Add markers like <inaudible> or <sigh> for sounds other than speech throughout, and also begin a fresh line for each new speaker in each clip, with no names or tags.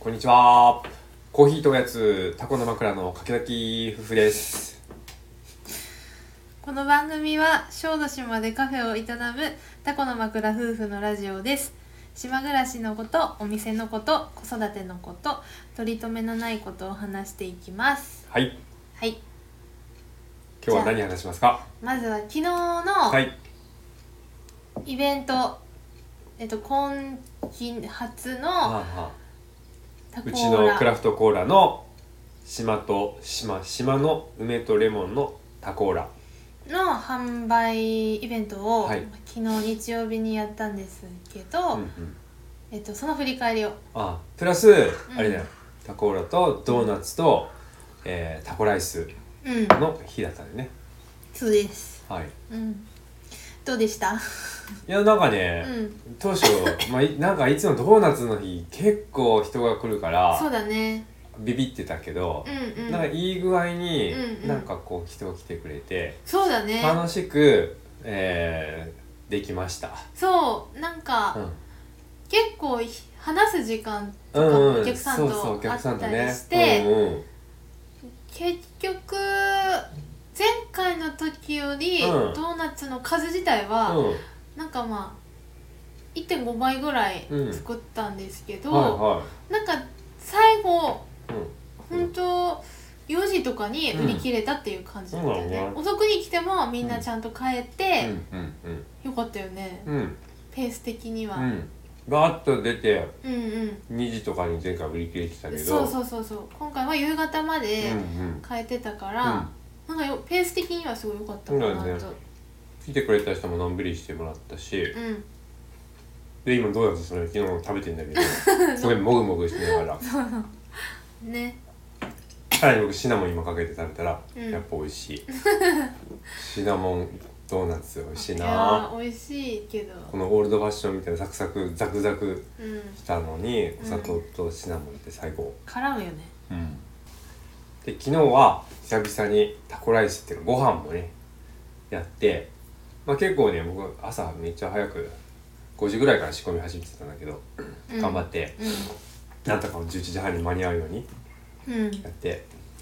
こんにちは。コーヒーとおやつ、タコの枕のかけだき夫婦です。
この番組は小豆島でカフェを営むタコの枕夫婦のラジオです島暮らしのことお店のこと子育てのこと取り留めのないことを話していきます
はい。
はい
今日は何話しますか
まずは昨日
は
の
い。
イベント、えっと今期初
はあ
の
はあ
タコ
うち
ー
の
ラ
クラフトコーラの島と島、島の梅とレモンのタコーラ。
の販売イベントを、
はい
昨日日曜日にやったんですけど、
うんうん。
えっと、その振り返りを
あ、プラス、あれだよ。タコーラとドーナツと、えータコライス
うん
の日だったんでね。
そうです
はい。
うんどうでした
いや、なんか
う
ね、
ん
当初、まあ、いなんかいつもドーナツの日結構人が来るから、
そうだね
ビビってたけど
う、んうん
なんかいい具合に、
うんうん
なんかこう人が来てくれて、
そうだね
楽しく、えーできました、
そうなんか、
うん、
結構ひ話す時間と
う
か
ん
も
うん
お客さん
そうそう
と
お
会
客さん
っ
と
た
ね
りして、
うんうん
結局前回の時より、
うん
ドーナツの数自体は、
うん
なんかまあ1.5倍ぐらい
うん
作ったんですけど、
は
なんか最後
いはい、うん、
本当4時とかに売り切れたっていう感じだったよね、
うん
遅くに来てもみんなちゃんと帰って、
うんうん
よかったよね、
うんうん
ペース的には、
うんバーッと出て
うんうん
2時とかに前回売り切れてたけど
そう
う
そうそうそう今回は夕方まで
んうん
変えてたから、なんかよペース的にはすごい良かった
そ
かな
うだね
と
来てくれた人ものんびりしてもらったし
うん
で今どうやってそれ昨日食べてん
<laughs>
だけどすごいもぐもぐしながら
ね
さらに僕シナモン今かけて食べたら、
うん
やっぱ美味しい <laughs> シナモンドーナツ美味しい
い
な
やー美味しいけど
このオールドファッションみたいなサクサクザクザク
うん
したのにお砂糖とシナモンって最高、
絡むよね
うんで昨日は久々にタコライスっていうかご飯もねやって、まあ、結構ね僕朝めっちゃ早く5時ぐらいから仕込み始めてたんだけど、
うん
頑張ってなんとか11時半に間に合うように
うん、うん、
やって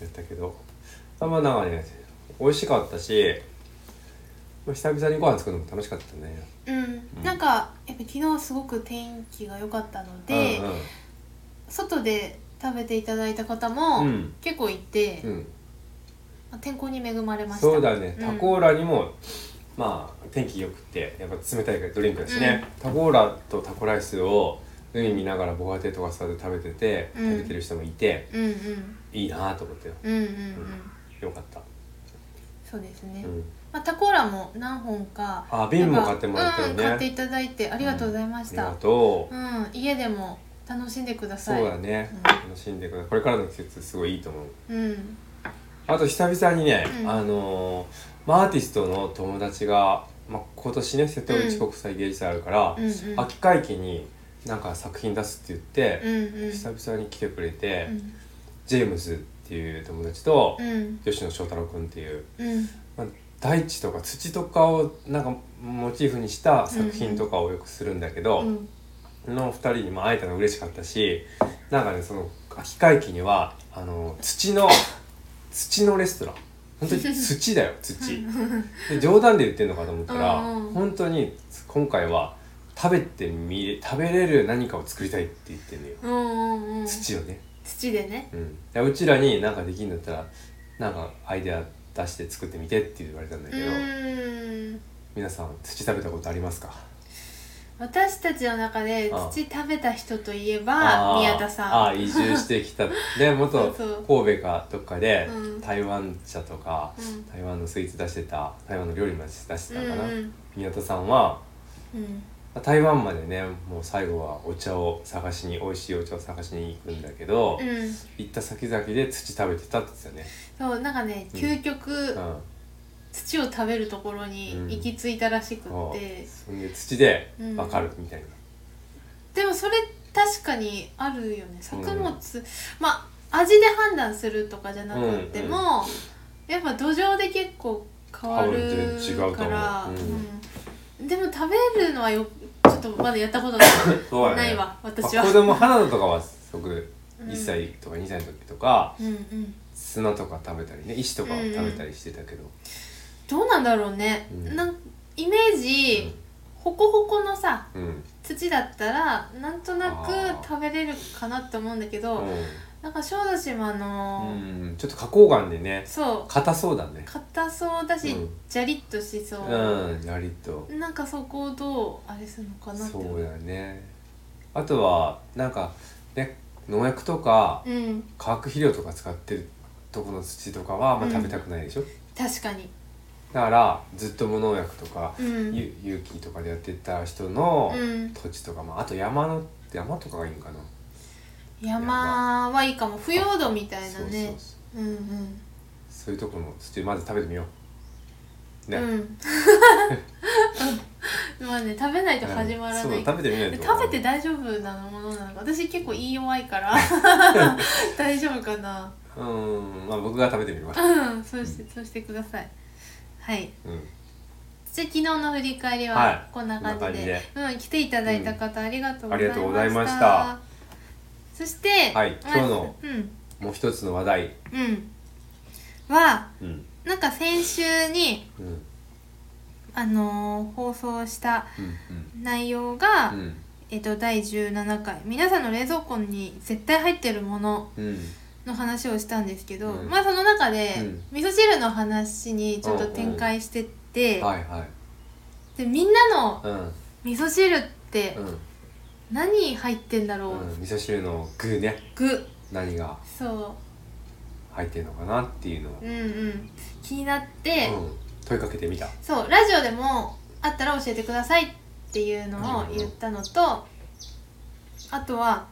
やったけどあまあなんかね美味しかったし、まあ、久々にご飯作るのも楽しかったね
うん
うん
なんかやっぱ昨日すごく天気が良かったので、
うん
外で食べていただいた方も
うん
結構いて、
うん
天候に恵まれ
う
ま
ん、
した
そうだね
うん
タコーラにも、まあ天気良くてやっぱ冷たいドリンクだしね、タコーラとタコライスを海見ながら防波堤とか座って食べてて、
うん
食べてる人もいて
うんうん
いいなと思ってよ
うんうんうん、
よかった、
そうです
う
ね、
ん、
またコーラも何本か
あ瓶も買ってもらったよね
うん買っていただいてありがとうございま
あ
し
りが
た、
とう、
うん家でも楽しんでください
そうだね、
うん
楽しんでくださいこれからの季節すごいいいと思う
うん
あと久々にね、
うん
あのーまあ、アーティストの友達が、まあ、今年ね瀬戸内国際芸術祭あるから、
うんうん
秋会期になんか作品出すって言って、
うんうん
久々に来てくれて、
うん
ジェームズっていう友達と、
うん
吉野翔太郎君っていう、
うん
まあ、大地とか土とかをなんかモチーフにした作品とかをよくするんだけど、
うん
の2人にも会えたの嬉しかったしなんかねその秋会期にはあの土の土のレストラン本当に土
<laughs>
だよ土で冗談で言ってんのかと思ったら
うんうん
本当に今回は食べてみれ食べれる何かを作りたいって言ってんのよ
うんうんうん
土をね、
土でね
うん、でうちらになんかできるんだったらなんかアイデア出して作ってみてって言われたんだ
う
けど
ーん
皆さん土食べたことありますか
私たちの中で
あ
土食べた人といえば
ー
宮田さん
あー移住してき
<laughs>
たね元
そう
神戸かどっかで、
うん
台湾茶とか
うん
台湾のスイーツ出してた台湾の料理も出してた
うん
かな、
うん
宮田さんは
うん
台湾までねもう最後はお茶を探しに美味しいお茶を探しに行くんだけど、
うん
行った先々で土食べてたって言って
そうなんかね究極
たよね、
土を食べるところに行き着いたらしく
うん、そ
っ
う
て
そんで土で
うん
分かるみたいな、
でもそれ確かにあるよね作物、まあ味で判断するとかじゃなくっても、やっぱ土壌で結構変わ
多分全然違うと思
る
う
から、
う
うんでも食べるのは
<laughs>
よちょっとまだやったことない
そうやね
ないわ私
ま
は
あ、子供花田とかはすごく1歳とか2歳の時とか
うんうん
砂とか食べたりね石とかを食べたりしてたけど、
どうなんだろうね、
うん
なんイメージ、ほこほこのさ
うんうん
土だったらなんとな
あー
く食べれるかなって思うんだけど、なんか小豆島
う
の、
んうんちょっと花崗岩でね
そう
硬そうだね
硬そうだし、
うん
ジャリッとしそう、
うんやりと
なんかそこをどうあれするのかなって
そう
思う
だねあとはなんかね農薬とか
うん
化学肥料とか使ってるとこの土とかはあんま食べたくないでしょ、
確かに
だからずっと無農薬とか、
うん
有有機とかでやってた人の
うん
土地とか、まあ、あと山の山とかがいいのかな
山はいいかも腐葉土みたいな
そうそう
ね
そう
うんうん
そういうとこの土まず食べてみようね、
うん <laughs> まあね食べないと始まら
うん
な
そう
い、
食べてみないと
食べて大丈夫なものなのか私結構言い弱いから
<laughs>
大丈夫かな
うんまあ僕が食べてみます、
うんそうしてそうしてくださいはい
うん、
じゃあ昨日の振り返り
は
はいこんな感じで,、
こ
うん、来ていただいた方ありがとうございました、
ありがとうございました
そして、
はい今
まあ
日の
うん
もう一つの話題
うんは
うん
なんか先週に
うん
あのー放送した
うん
内容が、
うんうん
えっと第17回皆さんの冷蔵庫に絶対入ってるもの
うん
の話をしたんですけど、
うん
まあその中で、
うん
味噌汁の話にちょっと展開してって、
はいはい
でみんなの
うん
味噌汁って
うん
何入ってんだろう、
うん味噌汁の具ね
具
何が
そ
入ってるのかなっていうのを、
ううんうん気になって、
うん問いかけてみた
そうラジオでもあったら教えてくださいっていうのを言ったのとあとは、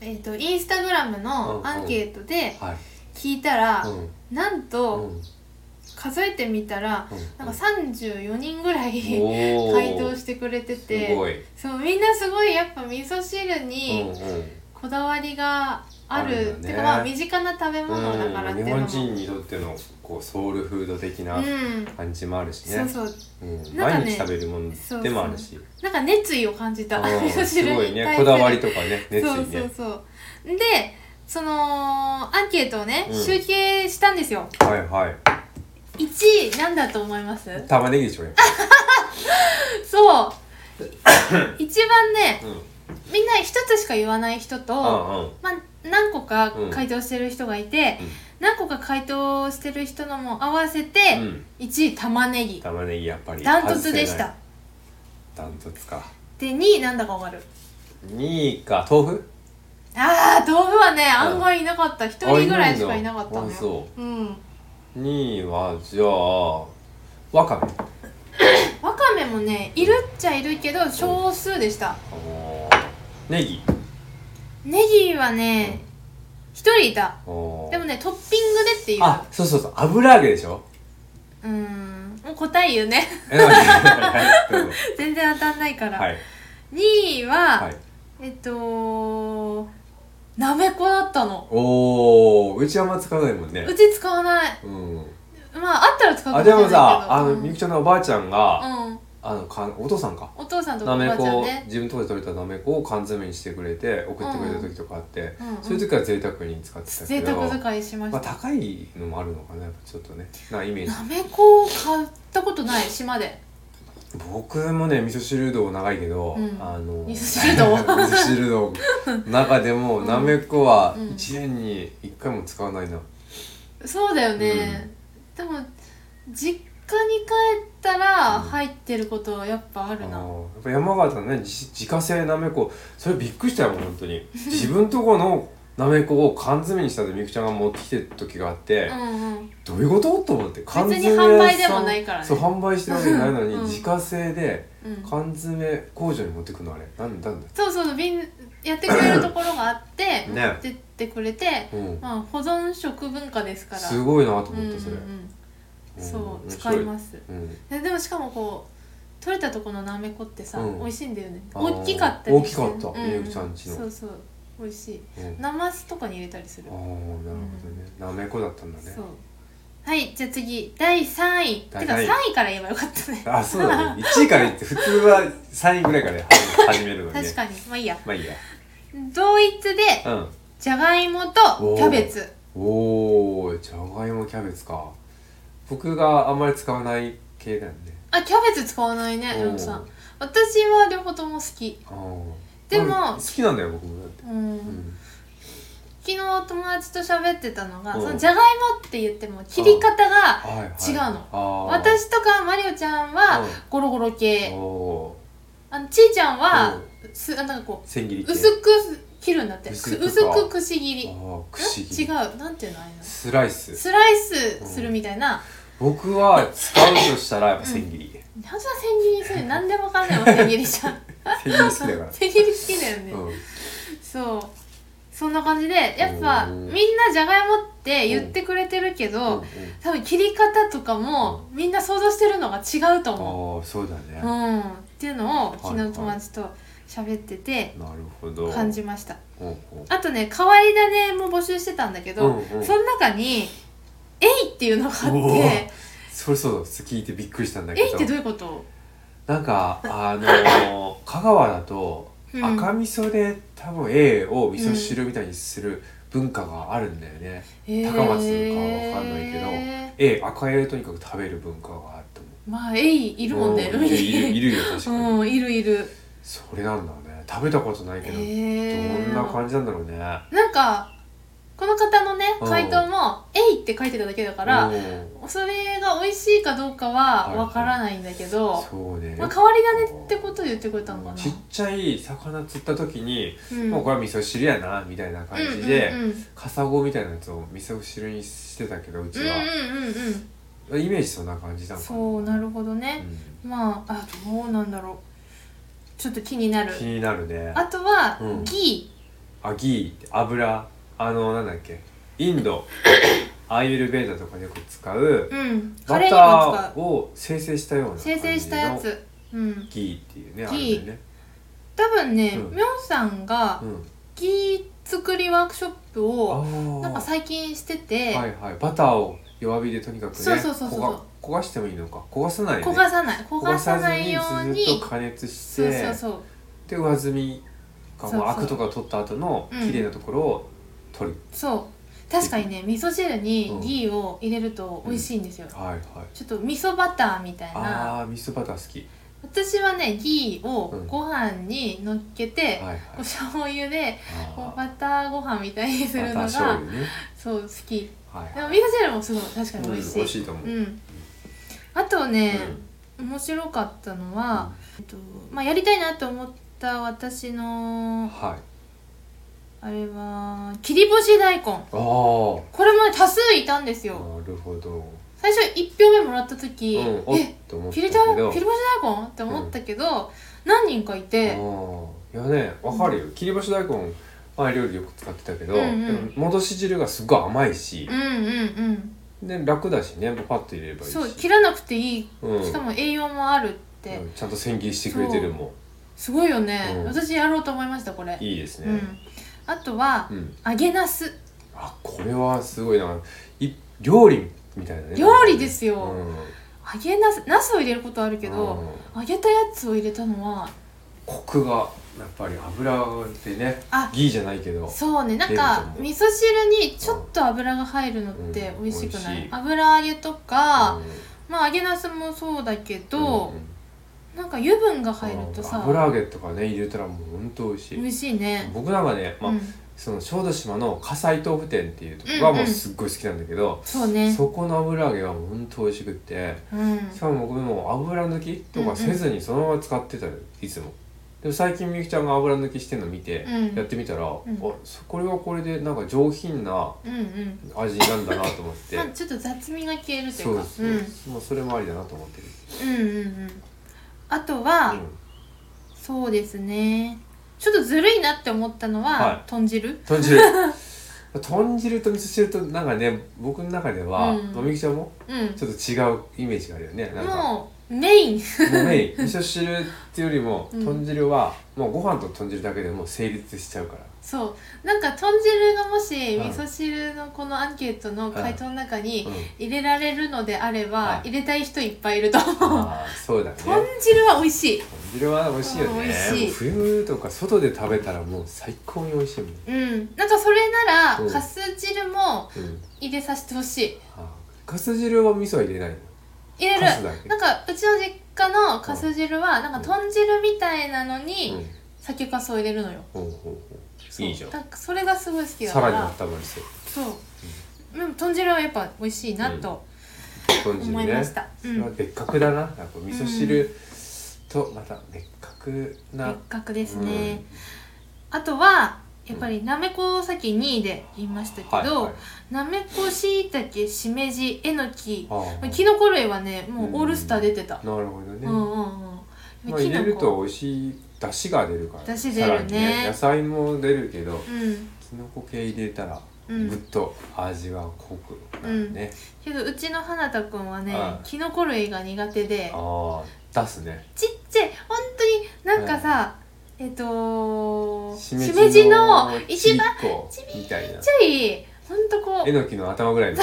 えー、とインスタグラムのアンケートで
はい
聞いたら、
うん
なんと数えてみたらなんか34人ぐらい回
回
答してくれてて
すごい
そうみんなすごいやっぱ味噌汁に
うんうん
こだわりがある,、
あるんだね
てかまあ身近な食べ物だからって
う
い
ん
う
日
のも、
本人にとってのこうソウルフード的な
うん
感じもあるしね、
そうそう
うん
なんかね
毎日食べるものでもあるし
なんか熱意を感じた <laughs>
うん
味噌汁
す
に
ご
対
い
する
ねこだわりとかね熱
そう
意
そ
ね
うそうでそのアンケートをね、
うん
集計したんですよ
はいはい
1位なんだと思います
<laughs> 玉ねぎでしょやっ
そう一番ね
ぱうんうん
みんな一つしか言わない人と、
うん
まあ、何個か回答してる人がいて、
うん
何個か回答してる人のも合わせて、
うん
1位玉ねぎ
玉ねぎやっぱり
ダントツで
外
し
せない
た
ダントツか
で2位なんだかわかる
2位か豆腐
あー豆腐はね
ん
案外いなかった1人ぐらいしかいなかった
あいないのあ
のよ
そ
うん
2位はじゃあわかめ
わかめもねいるっちゃいるけど少数でした
あのーネギ
ネギはね1人いたでも
ね
ねトッピングでっていう
あそうそうそう油揚げでし
<laughs>
ょ
うんもう答え言うね <laughs>
えはいどうぞ
全然当たんないから、
はい
2位は、
はい
えっとなめこだったの
おおうちはあんま使わないもんね
うち使わない
うん
まああったら使うか
あ
もし
で
れない
も
けど
さあの
うん
みゆきちゃんのおばあちゃんが、
うん
あのかお父さんか
お父さんとおば
な
あち
め
ゃん
こを
ね
自分のとこで取れたなめこを缶詰にしてくれて送ってくれた時とかあって、
うんうん
そういう時は贅沢に使ってたけ
贅
ど
沢使いしまし
まあ、
た
高いのもあるのかなやっぱちょっとねなイメージ
なめこを買ったことない島で
僕もね味噌汁道長いけど、
うん
あの
味噌汁道
<laughs> 味噌汁道の中でもなめこは
うん
1年に1回も使わないな、
そうだよね、でも実家に帰ったら
うん
入ってることはやっぱあ
あ
るな、
のやっぱ山形のね自自家製なめこそれびっくりしたよ本当に自分とこのなめこを缶詰にしたってみゆきちゃんが持ってきてる時があって、
うんうん
どういうことと思って缶
別に
詰屋さん
販売でもないからね
そう販売してるわけじゃないのに、
うん
自家製で
うん
缶詰工場に持ってくのあれなんだなんだ
そうそう瓶やってくれるところがあって、
ね
持ってってくれて
うん
まあ保存食文化ですから
すごいなと
うん
思ったそれ、
うんうん、そう
面
使
白
います
うん
ででもしかもこう取れたとこのなめこってさ、
うん
美味しいんだよね
あー
大きかった
大きかったみゆきちゃんちの
そうそう美味しい
うん
なますとかに入れたりする
ああなるほどね、なめこだったんだね
そうはいじゃあ次第3位
第
てか
三位
3位から言えばよかったね
あそう
<laughs>
だね1位から言って普通は3位ぐらいから始めるのにね
<laughs> 確かにまあいいや
まあいいや
同一で
うん
じゃがいもとキャベツ
おおじゃがいもキャベツか僕があんまり使わない系だよね
あキャベツ使わないねうんさん私は両方とも好き
おー
でも
あ好きなんだよ僕もだって、
うん、
うん、
昨日友達と喋ってたのが、
うん
そのじゃがいもって言っても切り方が
はい、はい、
違うの
あー
私とかマリオちゃんはゴロゴロ
うん
系
お
あのちいちゃんはすあなんかこ
ー千切り
う
系
薄く切るんだって
薄
薄
くか
く薄くくし切り
あーくし
え
切
違う
り
なんていうのあれの
スライス
スライスするみたいな、
僕は使うとしたらやっぱ千切り、
<laughs> なんじゃ千切りするなんでもかんでも千切りじゃん
千切り好きだから
千切り好きだよね、
うん
そうそんな感じでやっぱ
う
み
ん
んなじゃがいもって言ってくれてるけど、
うんうん
多分切り方とかもみんな想像してるのが違うと思
ああそうだ
う、う
ね、
ん、っていうのを昨
はいは
日
い
友達と喋ってて
なるほど
感じました
うんうん
あとね変わり種も募集してたんだけど、
うんうん
その中に「えい!」っていうのがあっ
お
て
ーそれそうだ聞いてびっくりしたんだ
「
け
え
ど
い!」ってどういうこと
なんかあのー香川だと
うん
赤味噌で多分 A を味噌汁みたいにする文化があるんだよね、高松のかはわかんないけど
え
A 赤 A とにかく食べる文化があると思
ーまあえいいうるもんね
ういるいるいるよ確かに、
うんいるいる
それなんだね食べたことないけど、
え
どんな感じなんだろうねだ
じなんかこの方のね
うん
回答も「えい!」って書いてただけだから、それが美味しいかどうかはわからないんだけど、
そうね、
まあ、変わり種ってことを言ってくれたのかな、
ちっちゃい魚釣った時に、
うん
もうこれは味噌汁やなみたいな感じで、
うんうんうん
カサゴみたいなやつを味噌汁にしてたけどうちは、
うんうんうん
イメージそんな感じな
うん
のか
そうなるほど
う
ね、
ん
まああどうなんだろうちょっと気になる
気になるね
あとは、
うん
ギ
あギー油あのなんだっけイン
<coughs>
ドアーユルベーダとかでよく使う
ーうんカ
バ
レー
タ
にも
ー
使
を生成したような
う
感じ
生
の
成したやつうん
ギーっていうねあ
ギ
れ
ー
ね、
多分ね
うん
みょ、んさんが
うん、
ギー作りワークショップ
あ
を
ー
なんか最近してて、
はいはいバターを弱火でとにかくね
そうそうそうそう
焦が焦がしてもいいのか焦がさないね
焦がさない焦がさないよう
ずっ
に
と加熱し
そう
て
そうそう
で上澄みか
そうそう
もアクとか取った後の
うん
綺麗なところを取る、
そう確かにね味噌汁にギーを入れると美味しいんですよ、
はいはい
ちょっと味噌バターみたいな
あー味噌バター好き
私はねギーを
うん
ご飯にのっけて、
はいはい
お醤油でこう
あ
バターご飯みたいにす
ー
るの
バター
が
醤油ね
そう好き
はい
でも
は
味
い
噌汁もすごい確かに美味しい、
うん美味しいと思う
う
うん
んあとね、面白かったのは、えっとまあ、やりたいなと思った私の
はい
あれは切り干し大根
あー
これもね多数いたんですよ、
なるほど、
最初1票目もらった時、
うん、おっ
え
と思っ
フ
たけ
ィルターフィル
ど
バシ大根って思ったけど、何人かいて、
あーいやねわかるよ切り干し大根前料理よく使ってたけど、
うんうん
でも戻し汁がすごい甘いし
う、ん、うんうん
で楽だしねパッと入れればいいし
そう切らなくていい、
うん
しかも栄養もあるって、
うんちゃんと千切りしてくれてるも
すごいよね、
うん
私やろうと思いましたこれ
んいいです
う
ね、
ん、あとは
うん、
揚げなす
あこれはすごいない料理みたいなね
料理ですよ
うん
揚げなすなすを入れることあるけど、揚げたやつを入れたのは
コクがやっぱり油でね
あ
ギーじゃないけど
そうねなん
出ると
か
思う
味噌汁にちょっと油が入るのって美味しくない、
うん美味しい
油揚げとか、
うん
まあ揚げなすもそうだけ
う
ど
んうん、
なんか油分が入るとさ
油揚げとかね入れたらもうほんと美味しい
美味しいね、
僕なんかね、まあ
うん、
その小豆島の葛西豆腐店っていうところはもうすっごい好きなんだけど、
そうね
そこの油揚げはもうほんと美味しくって
うん
しかも僕も油抜きとかせずにそのまま使ってたよいつもでも最近みゆきちゃんが油抜きしてんの見て
うん
やってみたら、
ん
あそこれはこれでなんか上品な
うんうん
味なんだなと思って
<laughs> まあちょっと雑味が消えるとい
そうう
か
です、もうそれもありだなと思ってる、
うん、うんうんうんあとは、
うん、
そうですねちょっとずるいなって思ったのは、
はい
豚汁
豚
<laughs>
汁豚汁と味噌汁となんかね僕の中では、
うん
まあみゆきちゃんも
うん
ちょっと違うイメージがあるよねなんかも
もうメイン <laughs>
うメイン味噌汁っていうよりも
うん
豚汁はもうご飯と豚汁だけでもう成立しちゃうから
そうなんか豚汁がもし味
はい
噌汁のこのアンケートの回答の中に <laughs>
うん
入れられるのであれば、
はい
入れたい人いっぱいいると思う
あーそうだね
豚汁は美味しい
豚汁は美味しいよね
うん美味しい
もう冬とか外で食べたらもう最高に美味しいもん
うんなんかそれなな
うん
らかす汁も
うん
入れさせてほしい
あかす汁は味噌は入れないの
入れる
かすだけ
なんかうちの実家のかす汁はなんか豚汁みたいなの
うん
に酒かすを入れるのよ、
ほうほうほういいじゃん
そうだからそれがすごい好きだ
さ
からら
に温まりそう
そうでも豚汁はやっぱ美味しいなと
豚汁
思い
ね
まし
そ
た、うん
れは別格だなやっぱ味噌汁とまた別格な
別格ですね、あとはやっぱりなめこをさっき2位で言いましたけど、
はいはい
なめこしいたけしめじえのき
あー
きのこ類はねもうオールスター出てた、
なるほどね、
うんうんうん
まあ、
き
入れ
の
る
こと
美味しい出汁が出るから
出汁出るね
さらに野菜も出るけど
うん
きのこ系入れたら
う
ぐ
ん
っと味は濃くなるね、
けどうちの花田くんはね
はい
きのこ類が苦手で
ああ出すね
ちっちゃい本当になんかさ、えっ、としめじ
じ
の一番
ちびっこ
ちびっ
みたいな
ちっちゃいほんとこ
えのきの頭ぐらいの
う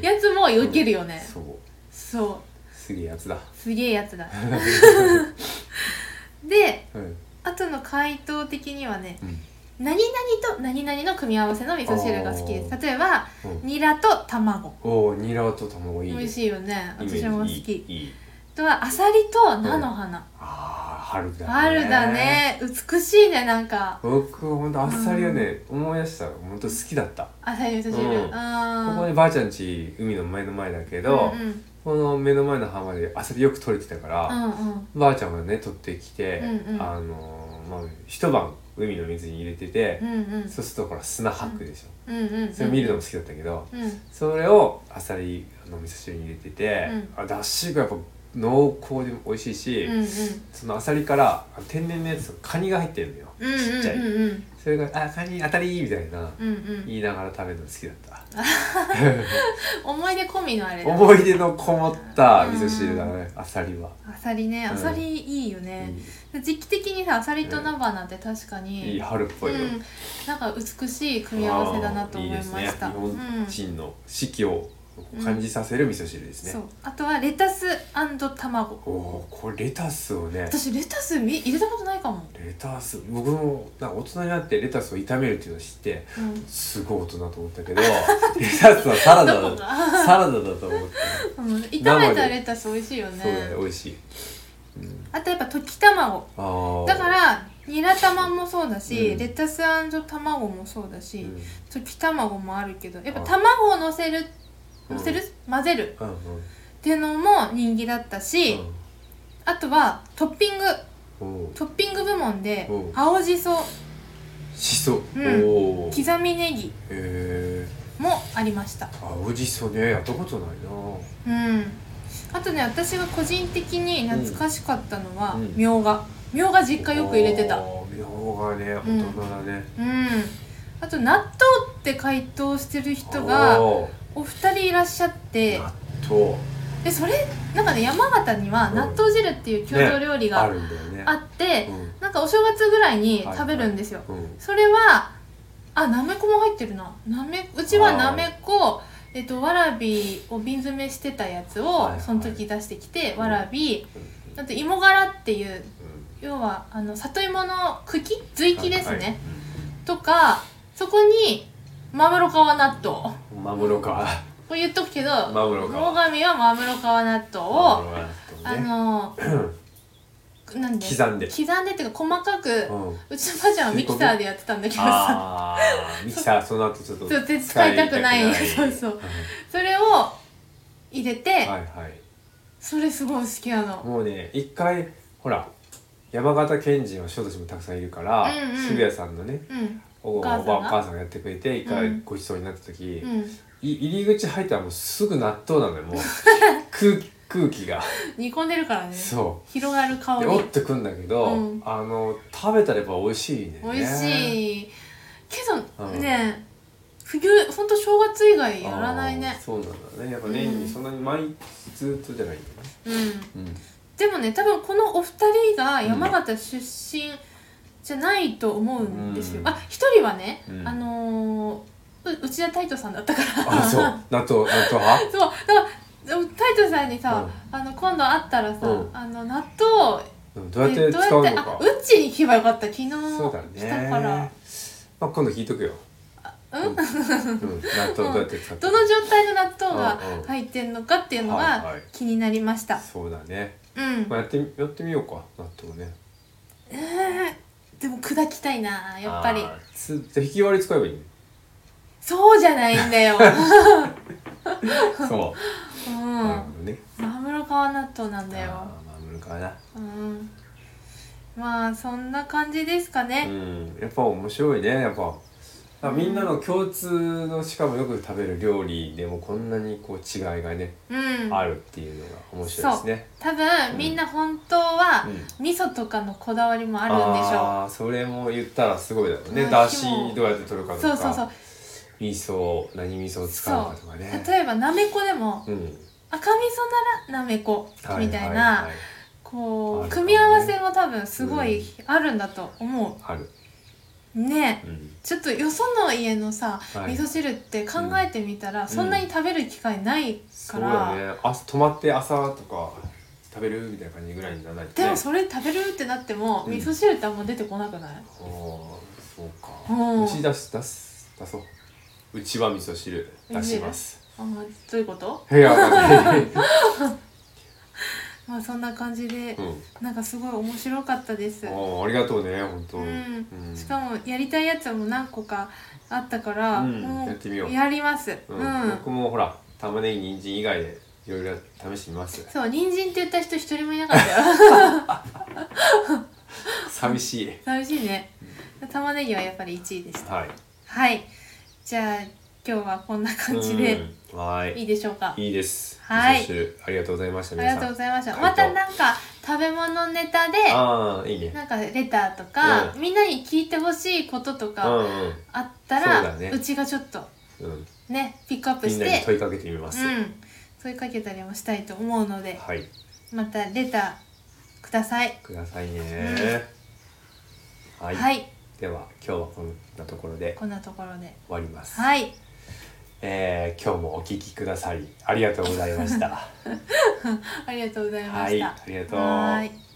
やつもよけるよね、
そう
そう
すげえやつだ
すげえや
<laughs>
つだで
うん、
あとの回答的にはね
うん
何々と何々の組み合わせの味噌汁が好きで
あ
す例えば
うん、
ニラと卵
おおニラと卵いい
美
ね
味しいよね
イメージ
私も好き
いいいい
あとはアサリと菜の花、
ああ春だね
春だね美しいねなんか
僕ほんとあっさりはね、思い出したほんと好きだった
アサリの味噌汁、
うん
あー
ここでばあちゃんち海の前の前だけ
うん
ど、この目の前の浜でアサリよく取れてたから、
うんうん
ばあちゃんがね取ってきて、
うんうん
あのーまあ、一晩海の水に入れてて、
うんうんうん
そうするとほら砂吐くでしょ、
うんうんうん
それ見るのも好きだったけど、
うん
それをアサリの味噌汁に入れてて、あだしがやっぱ濃厚で美味しいし、
うんうん
そのアサリからあの天然のやつのカニが入ってるのよ、
うん
ちっちゃい、
うんうん
それが「あカニ当たり!」みたいな
うんうん
言いながら食べるの好きだった
思い出込みのあれだね
思い出のこもった味噌汁だねアサリは、
アサリね
うん
アサリいいよね、時期的にさアサリと菜花って確か
い
に、
いいい春っぽいよ、
うん、なんか美しい組み合わせだなと思いました
あーいいですね日本人の四季を感じさせる味噌汁です
うん、そ
ね、
うあとはレタス卵
おおーこれレタスをね
私レタスみ入れたことないかも、
レタス僕もなんか大人になってレタスを炒めるっていうのを知って
うん、
すごい大人と思った
<laughs>
けどレタスはサラダ
どこ
だ
が
サラダだと思っ
うん炒めたレタス美味しいよ
たそうだね
ね
美味しい、うん、
あとやっぱ溶き卵
あー
だからニラ玉もそうだし、
うん
レタス卵もそうだ
う
し、
ん
溶き卵もあるけどやっぱ卵をのせるのせる、混ぜる
うんうん
っていうのも人気だったし、あとはトッピング
うんおー
トッピング部門で
うん
青じそ
しそ、
うん
おおへ
刻みネギ
え
もありました
青じそねやったことない
うんあとね私が個人的に懐かしかったのは
うん
みょうがみょうが実
な
家よく入れてた
おーみょうがね大人だね、
うんあと納豆って回答してる人が
おー
お二人いらっしゃって
納豆
でそれなんかね山形には
うん
納豆汁っていう郷土料理
あ
が
るんだよね
あって
う
なんかお正月ぐらいに食べるんですよ
んうん
それはあなめこも入ってるななめうちはなめこえっと、わらびを瓶詰めしてたやつを
はいはい
その時出してきて、
うん
わらび
う
あと芋がらっていう要はあの里芋の茎髄
ん
茎ですね、
はいはい
とかそこにまむろかわ納豆こ
うんマムロカ
れ言っとくけど
まむろかわ
最上はまむろかわ納豆
マ
を、
ムロカ
あ
ね <clears throat>
のなんで
刻んで
刻んでっていうか細かく
うん
うちのばあちゃんはミキサーでやってたんだけどさ
あーミキサーその後ちょっと
そう手使いたくない
使いたく
<laughs> そうそう
う
それを入れて、
んはいはい
それすごい好きなの
もうね一回ほら山形県人は小豆島もたくさんいるから
うんうん
渋谷さんのね
うん
おお
母さんが
ばお母さんがやってくれて一
う
回
ん
ごちそうになった時
うん
い入り口入ったらもうすぐ納豆なのよ
<laughs>
もう空空気が
煮込んでるからね
そう
広がる香
で
り
折ってくんだけど、
うん
あの食べたらやっぱ美味しいね
美味
い
しいけど
うん
ね冬ほんと正月以外やらないね
そうなんだねやっぱ年
うん
にそんなに毎日ずっとじゃないんだね
うん
うん
でもね多分このお二人が山形出身じゃないと思うんですよ、
うん
あ一人はね、
うん
あのー、う内田泰斗さんだったから
あそう納豆納豆派
<laughs> そうだからでもタイトさんにさ、あの今度会ったらさ、
うん
あの納豆
うんどうやって使うの
あ
か
うちに聞けばよかった昨日
そうだね
来たから
まあ今度聞いとくよ
あ
うん、うん、納豆どうやって使って
ど
る
の状態の納豆が
うんうん
入ってんのかっていうの
はいは
が
い
気になりました、
そうだね、
うん
まあ、やってみやってみようか納豆ね
えーでも砕きたいなやっぱり
あーつじゃあ引き割り使えばいいね
そうじゃないんだ
<laughs>
よ、 <laughs>
そうう、なる
ん
ほ、どね
マムロ川納豆なんだよ
あーまあ無理かな
うんまあそんな感じですか
う
ね、
んやっぱ面白いねやっぱあみんなの共通のしかもよく食べる料理でもこんなにこう違いがね、
うん
あるっていうのが面白いですね
多分みんな本当は
う
味噌とかのこだわりもあ
あ
るんでしょ
あーそれも言ったらすごいだろうね
うん
だしどうやって取るか
う
とか
そうそうそう
味噌何味噌を使うかとかね
例えばなめこでも
うん
赤味噌ならなめこみたい
はは
な
は
こ
あるかも
う
ね
組み合わせも多分すごいあるんだと思
ある、
うねえ
うん、
ちょっとよその家のさ
はい
味噌汁って考えてみたらそんなに食べる機会ない
そ
か
うだ
ら
ねあ泊まって朝とか食べるみたいな感じぐらいにならないとね
でもそれ食べるってなっても
うん
味噌汁ってあんま出てこなくない
あーそうか
うん
うち出す出す出そううちは味噌汁出します
あーどういうこと
いやわかんない
まあそんな感じで
うん
なんかすごい面白かったです
あーありがとうね本当
うん
うん
しかもやりたいやつも何個かあったから、
うん
も
やってみよう
やります。う。
うんん僕もほら玉ねぎ人参以外でいろいろ試してみます
そう人参って言った人一人もいなかったよ。
寂しい
寂しいね。玉ねぎはやっぱり1位でした。
はい
はい。じゃあ今日はこんな感じで
うんはい
いいでしょうか。
いいです
はい
味噌汁ありがとうございました
あり
皆さ
がとうご
ん
ざいました。
回
ま
答
たなんか食べ物ネタで
ああいいね
なんかレターとか、
う
みんなに聞いてほしいことと
うん
かあった
そ
ら、
うだね
ちがちょっと
うんうん
ねピックアップ
み
し
んなに
て、
問いかけてみま
う
す
ん、問いかけたりもしたいと思うので。
はい
またレターください。
くださいねは
はい、
いでは今日はこんなところで
こんなところで。
終わります、
はい、
えー今日もお聞きくださりありがとうございました
ありがとうございま
は
し
い
た。
ありがとう
はーい